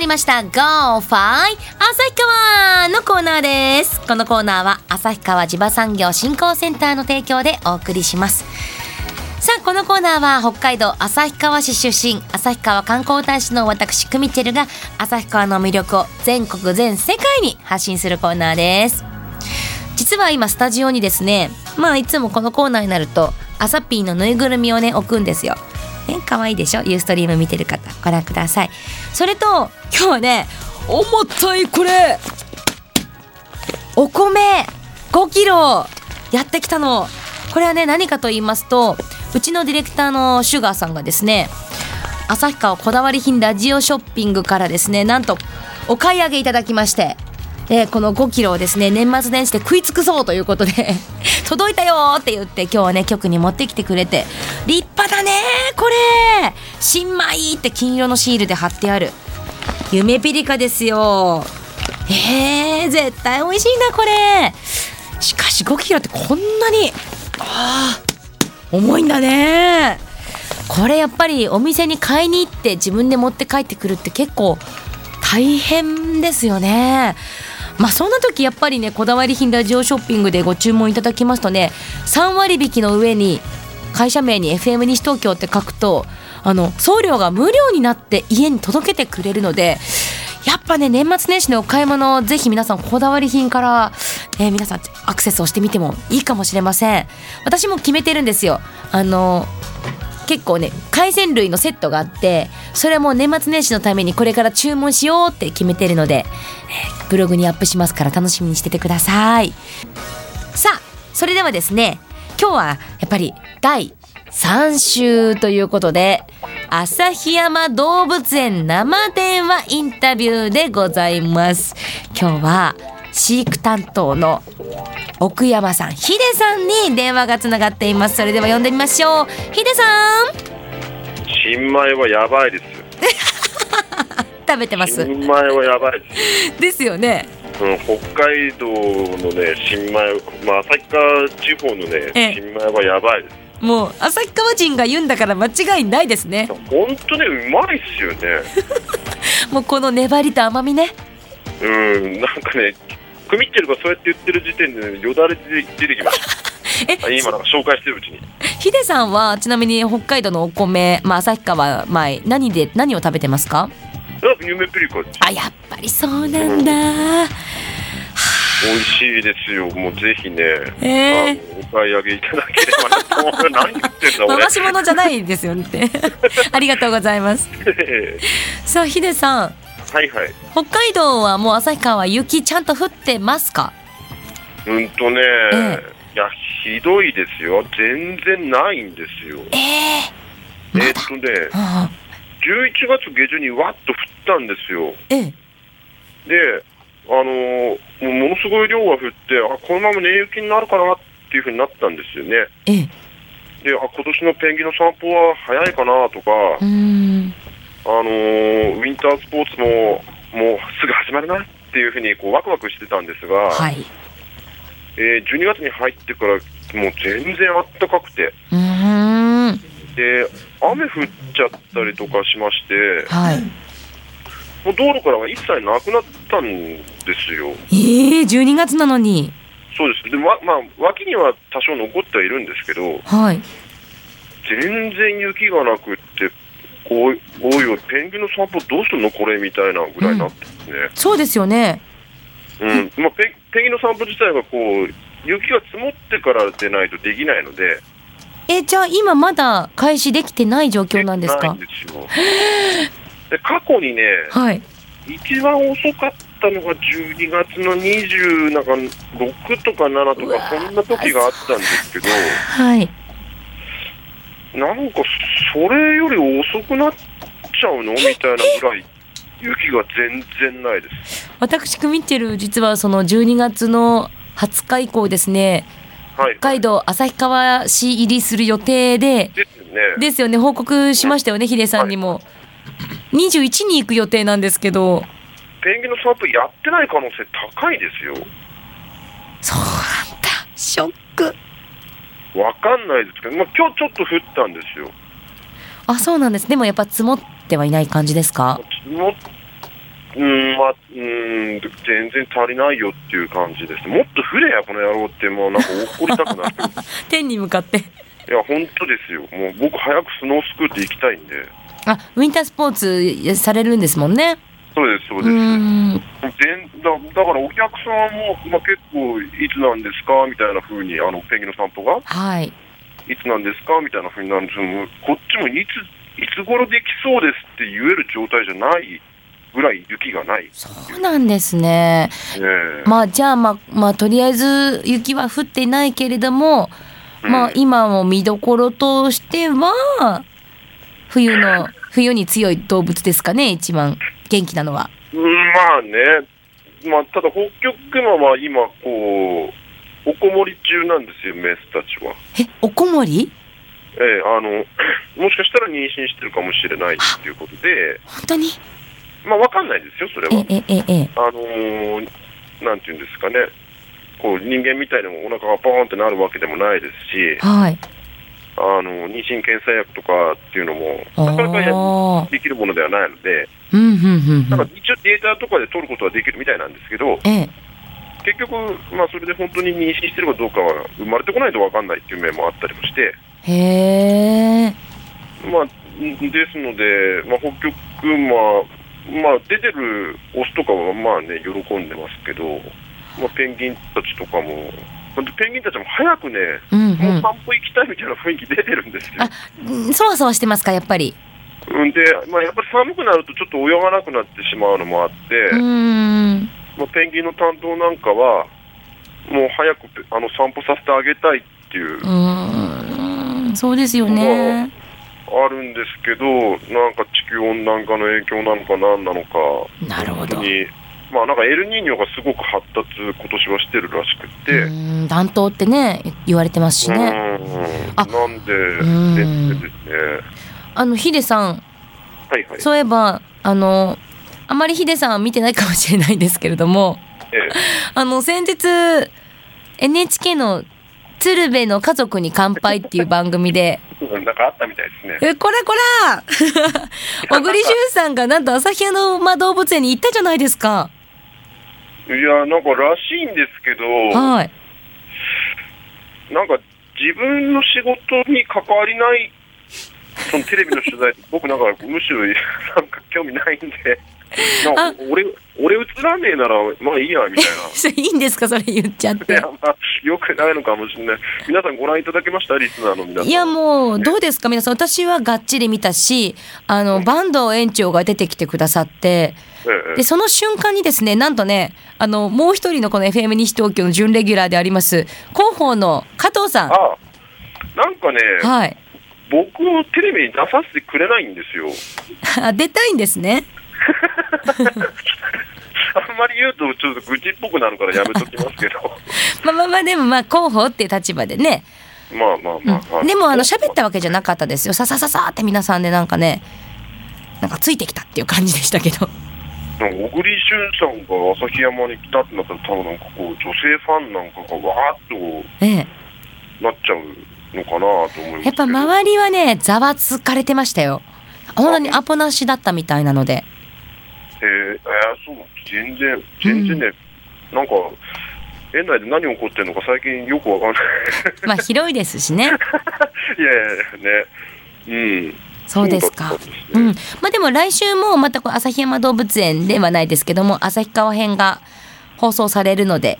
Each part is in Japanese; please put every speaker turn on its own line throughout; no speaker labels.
りました Go Fi 旭川のコーナーですこのコーナーは旭川地場産業振興センターの提供でお送りしますさあこのコーナーは北海道旭川市出身旭川観光大使の私クミチェルが旭川の魅力を全国全世界に発信するコーナーです実は今スタジオにですねまあいつもこのコーナーになるとアサピーのぬいぐるみをね置くんですよ。ね可愛いでしょユーストリーム見てる方ご覧ください。それと今日はね重たいこれお米5キロやってきたのこれはね何かと言いますとうちのディレクターのシュガーさんがですね旭川こだわり品ラジオショッピングからですねなんとお買い上げいただきまして、えーこの5キロをですね年末年始で食い尽くそうということで 届いたよーって言って今日はね局に持ってきてくれて立派だねーこれ新米って金色のシールで貼ってある夢ピリカですよえー、絶対美味しいなこれしかし5キロってこんなにあー重いんだねこれやっぱりお店に買いに行って自分で持って帰ってくるって結構大変ですよねまあそんな時やっぱりねこだわり品ラジオショッピングでご注文いただきますとね3割引きの上に会社名に FM 西東京って書くとあの送料が無料になって家に届けてくれるのでやっぱね年末年始のお買い物ぜひ皆さんこだわり品から、えー皆さんアクセスをしてみてもいいかもしれません私も決めてるんですよあの結構ね海鮮類のセットがあってそれはもう年末年始のためにこれから注文しようって決めてるので、えーブログにアップしますから楽しみにしててくださいさあそれではですね今日はやっぱり第3週ということで旭山動物園生電話インタビューでございます今日は飼育担当の奥山さんヒデさんに電話がつながっていますそれでは呼んでみましょうヒデさん
新米はやばいです。
食べてます
新米はやばいです。
ですよね
うん、北海道のね、新米、まあ、旭川地方の
ええ
ね、新米はやばいです。
もう旭川人が言うんだから間違いないですね
本当ね、うまいっす よね。
もうこの粘りと甘みね
うん、なんかね、組みってるがそうやって言ってる時点で、ね、よだれ出て出てきました。
え
あ今なんか紹介してるうちに。
ヒデさんはちなみに北海道のお米、まあ、旭川米何で何を食べてますか
あ、夢プリコ、
あやっぱりそうなんだ
美味しいですよ。もうぜひね、
ええ
あのお買い上げいただければ なお前何言ってんだ、俺
回。し 物じゃないですよねって ありがとうございますさあヒデさん
はいはい。
北海道はもう旭川は雪ちゃんと降ってますか
うんとね、
え
いや、ひどいですよ、全然ないんですよ。
ええ
え
まだ
ーっとね、
ああ
11月下旬にわっと降ったんですよ。
ええ
で、あのーもうものすごい量が降って、あこのまま寝雪になるかなっていうふうになったんですよね。
ええ
で、あ今年のペンギンの散歩は早いかなとか、
うーん
あのーウィンタースポーツももうすぐ始まるなっていうふうにこうワクワクしてたんですが、
はい
えー12月に入ってからもう全然あったかくて、
うーん
で雨降っちゃったりとかしまして、
はい
もう道路からは一切なくなったんですよ、
ええ12月なのに。
そうです、でわまあ、脇には多少残ってはいるんですけど、
はい。
全然雪がなくって、おいおいおい、ペンギンの散歩どうすんの、これみたいなぐらいになってですね、
そうですよね。
うんまあ、ペンペンギンの散歩自体がこう雪が積もってからでないとできないので、
え、じゃあ今まだ開始できてない状況なんです
ない
か
んですよ。で過去にね、
はい。
一番遅かったのが12月の26とか7と
うわ
かそんな時があったんですけど
はい。
なんかそれより遅くなっちゃうのみたいなぐらい雪が全然ないです
私、クミッチェル、実はその12月の20日以降ですね、
はい
北海道旭川市入りする予定で、
ですよね
ですよね、報告しましたよね、ヒデさんにも。21に行く予定なんですけど、
ペンギンの散歩やってない可能性高いですよ
そうなんだ。ショック。
わかんないですけど、まあ、今日ちょっと降ったんですよ
あ、そうなんです。でもやっぱ積もってはいない感じですか
積もっうん、まあ、うん、全然足りないよっていう感じです。もっと振れや、この野郎って、もうなんか怒りたくなる。
天に向かって
いや、本当ですよ。もう僕、早くスノースクールで行きたいんで。
あウィンタースポーツされるんですもんね
そうです、そう
う
です。
ん
全だだからお客さんも、まあ、結構、いつなんですかみたいな風に、あの、ペンギンの散歩が、
はい
いつなんですかみたいな風になるんですけども、こっちもいつ、いつ頃できそうですって言える状態じゃないぐらい雪がない。
そうなんですね
ええ
まあじゃあまあ、まあ、とりあえず雪は降ってないけれども、まあ今も見どころとしては冬の冬に強い動物ですかね一番元気なのは
うんまあね、まあ、ただ、北極熊は今、こう、おこもり中なんですよ、メスたちは。
えおこもり
ええあの、 もしかしたら妊娠してるかもしれないっていうことで、
本当に
まあ、わかんないですよ、それ
え
は。
えええ
あのーなんていうんですかね、こう、人間みたいにもお腹がポーンってなるわけでもないですし、
はい
あの、妊娠検査薬とかっていうのも、
あ
なかなかや
あ
できるものではないので、
うんうんうん
な
うんん
か一応データとかで取ることはできるみたいなんですけど、
ええ
結局、まあ、それで本当に妊娠してるかどうかは生まれてこないと分かんないっていう面もあったりもして、
へえ
まあ、んですので、まあ、北極熊、まあ、出てるオスとかはまあね、喜んでますけど、まあ、ペンギンたちとかも、ほんとペンギンたちも早くね、
うん
もう散歩行きたいみたいな雰囲気出てるんですよ。
うんそわそわしてますかやっぱり
うんで、まあ、やっぱり寒くなるとちょっと泳がなくなってしまうのもあって、
うーん
まあ、ペンギンの担当なんかは、もう早くペあの散歩させてあげたいっていう
う、ーんそうですよね
あるんですけど、なんか地球温暖化の影響なのか何なのか、
なるほ
本
ど
当に、まあなんかエルニーニョがすごく発達、今年はしてるらしくて、
うーん暖冬ってね言われてますしね、
うん
あ
なんで、
ん
ですね、
あのヒデさん
はいはい、
そういえばあのあまりヒデさんは見てないかもしれないんですけれども
ええ
あの先日 NHK の「鶴瓶の家族に乾杯」っていう番組 で
なんかあったみたいですね
「。えこらこ ら! 」小栗旬さんがなんと旭山の動物園に行ったじゃないですか。
いや、なんからしいんですけど、
はい、
なんか自分の仕事に関わりない、そのテレビの取材、僕なんかむしろなんか興味ないんで、な
あ
んか俺、俺映らねえなら、まあいいや、みたいな。
それいいんですかそれ言っちゃっ
い
て
や。、まあ、よくないのかもしれない。皆さんご覧いただけましたリスナーの皆さん。
いやもうどうですか皆さん私はがっちり見たしあの坂東園長が出てきてくださって
ええ
で、その瞬間にですね、なんとね、あの、もう一人のこの FM 西東京の準レギュラーであります、広報の加藤さん。
ああなんかね、
はい。
僕をテレビに出させてくれないんですよ。
あ出たいんですね。
あんまり言うと、ちょっと愚痴っぽくなるからやめときますけ ど。
まあまあまあ、でもまあ、広報っていう立場でね。
まあまあまあ、ま
う
あ
ん、でも、あの、喋ったわけじゃなかったですよ。ささささって皆さんでなんかね、なんかついてきたっていう感じでしたけど。
なんか小栗旬さんが旭山に来たってなったら、多分なんかこう、女性ファンなんかがわーっ
ええ。
となっちゃうのかなと思いますけど。
やっぱ周りはね、ざわつかれてましたよ。本当にアポなしだったみたいなので。
えー、えーそう、全然、全然ね、なんか、園内で何起こってるのか最近よくわかんない。
まあ、広いですしね。
いやいやいやね。うん。
そうですか
そうだったんですね
うん、まあでも来週もまたこう旭山動物園ではないですけども旭川編が放送されるので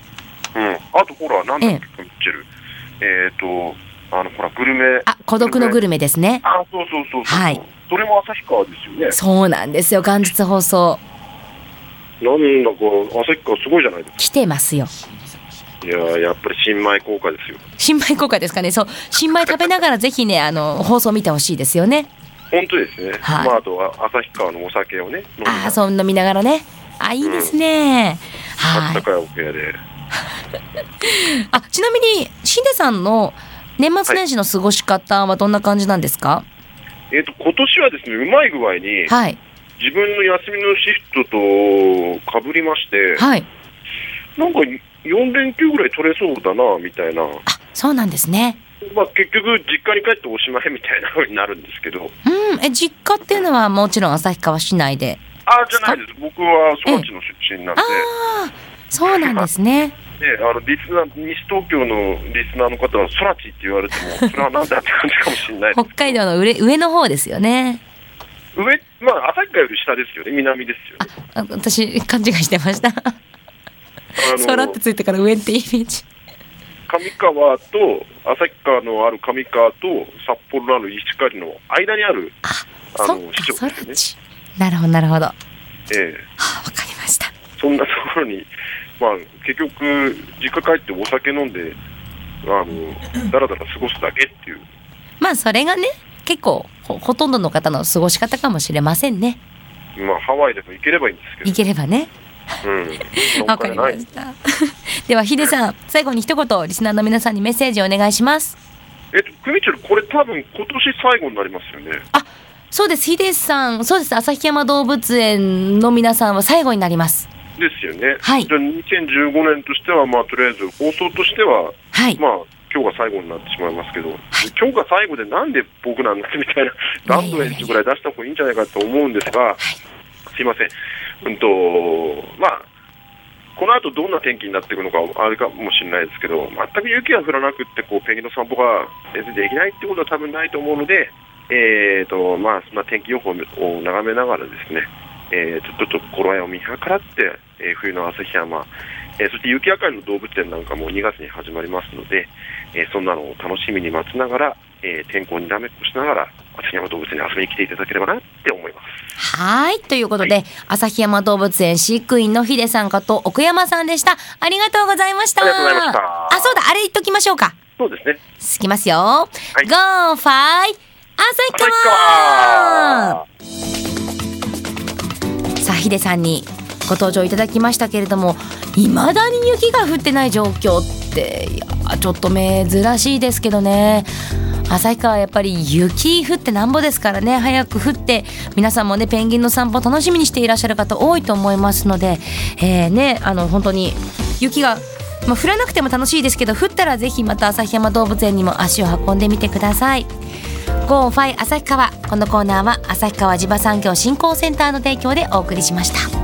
うん。あとほら、なんだっけ、ミッチェル。えっ、ー、と、あの、ほら、グルメ。
あ孤独のグルメですね
あ、そうそうそうそう。
はい。
それも旭川ですよね。
そうなんですよ元日放送
なんだか、旭川すごいじゃないです
来てますよ
か。いやーやっぱり新米効果ですよ。
新米効果ですかねそう新米食べながらぜひねあの放送見てほしいですよね
本当ですね。
はい
まあ、あとは旭川のお酒をね、飲んで
ああそう飲みながらねあいいですね、
あ
は
った
い
かいお部屋で。
あちなみにしんでさんの年末年始の過ごし方はどんな感じなんですか
えっ、と、今年はですね、うまい具合に、
はい
自分の休みのシフトとかぶりまして、
はい
なんか4連休ぐらい取れそうだなみたいな、
あそうなんですね
まあ、結局、実家に帰っておしまいみたいなふうになるんですけ
う
ど、
ん、え実家っていうのはもちろん旭川市内で
あじゃないです、僕は育ちの出身なん
あ
で、
あ、そうなんですね。
ね、あのリスナー西東京のリスナーの方は、空地って言われても、それはなんだって感じかもしれないで
北海道の上上の方ですよね。
す、上、まあ、旭川より下ですよね、南ですよね。
あ私、勘違いしてました。
あ
空ってついてから上ってイメージ。
上川と旭川のある上川と札幌のある石狩の間にある
あ、
あ
そっ
の
か、
市長です
空
ね
地。なるほど、なるほど。は
ええ
あ、わかりました。
そんなところに、まあ、結局実家帰ってお酒飲んであのだらだら過ごすだけっていう
まあ、それがね、結構ほ、ほとんどの方の過ごし方かもしれませんね。
まあハワイでも行ければいいんですけど
いければね。
うんそん
わ
なお
かり
金
ま
ない
した。 では、ヒデさん、最後に一言、リスナーの皆さんにメッセージをお願いします。
えっとクミチェルこれ多分今年最後になりますよね
そうです、ヒデさん、そうです、旭山動物園の皆さんは最後になります。
ですよね、
はい
じゃあ2015年としてはまあとりあえず放送としては
はい。
まあ今日が最後になってしまいますけど、今日が最後でなんで僕なんだみたいな、ランドエッジぐらい出した方がいいんじゃないかと思うんですが、すいません、うんとまあ、この後どんな天気になっていくのか、あれかもしれないですけど、全く雪が降らなくってこう、ペンギンの散歩が全然できないってことは多分ないと思うので、えーとまあ、そんな天気予報を眺めながらですね、えーちょっとちょっと頃合いを見計らって、えー冬の旭山、えーそして雪明かりの動物園なんかも2月に始まりますので、えーそんなのを楽しみに待ちながら、えー天候にダメっこしながら、旭山動物園に遊びに来ていただければなって思います。
はい。ということで、旭山動物園飼育員のヒデさんかと奥山さんでした。ありがとうございました。
ありがとうございました
あ、そうだ、あれ言っときましょうか。
そうですね。
いきますよ。
はい
Go, Fi! 旭
旭
川
川
さあヒデさんにご登場いただきましたけれどもいまだに雪が降ってない状況っていやちょっと珍しいですけどね旭川はやっぱり雪降ってなんぼですからね早く降って皆さんもねペンギンの散歩楽しみにしていらっしゃる方多いと思いますので、えーねあの本当に雪が、まあ、降らなくても楽しいですけど降ったらぜひまた旭山動物園にも足を運んでみてください。ゴーファイ旭川このコーナーは旭川地場産業振興センターの提供でお送りしました。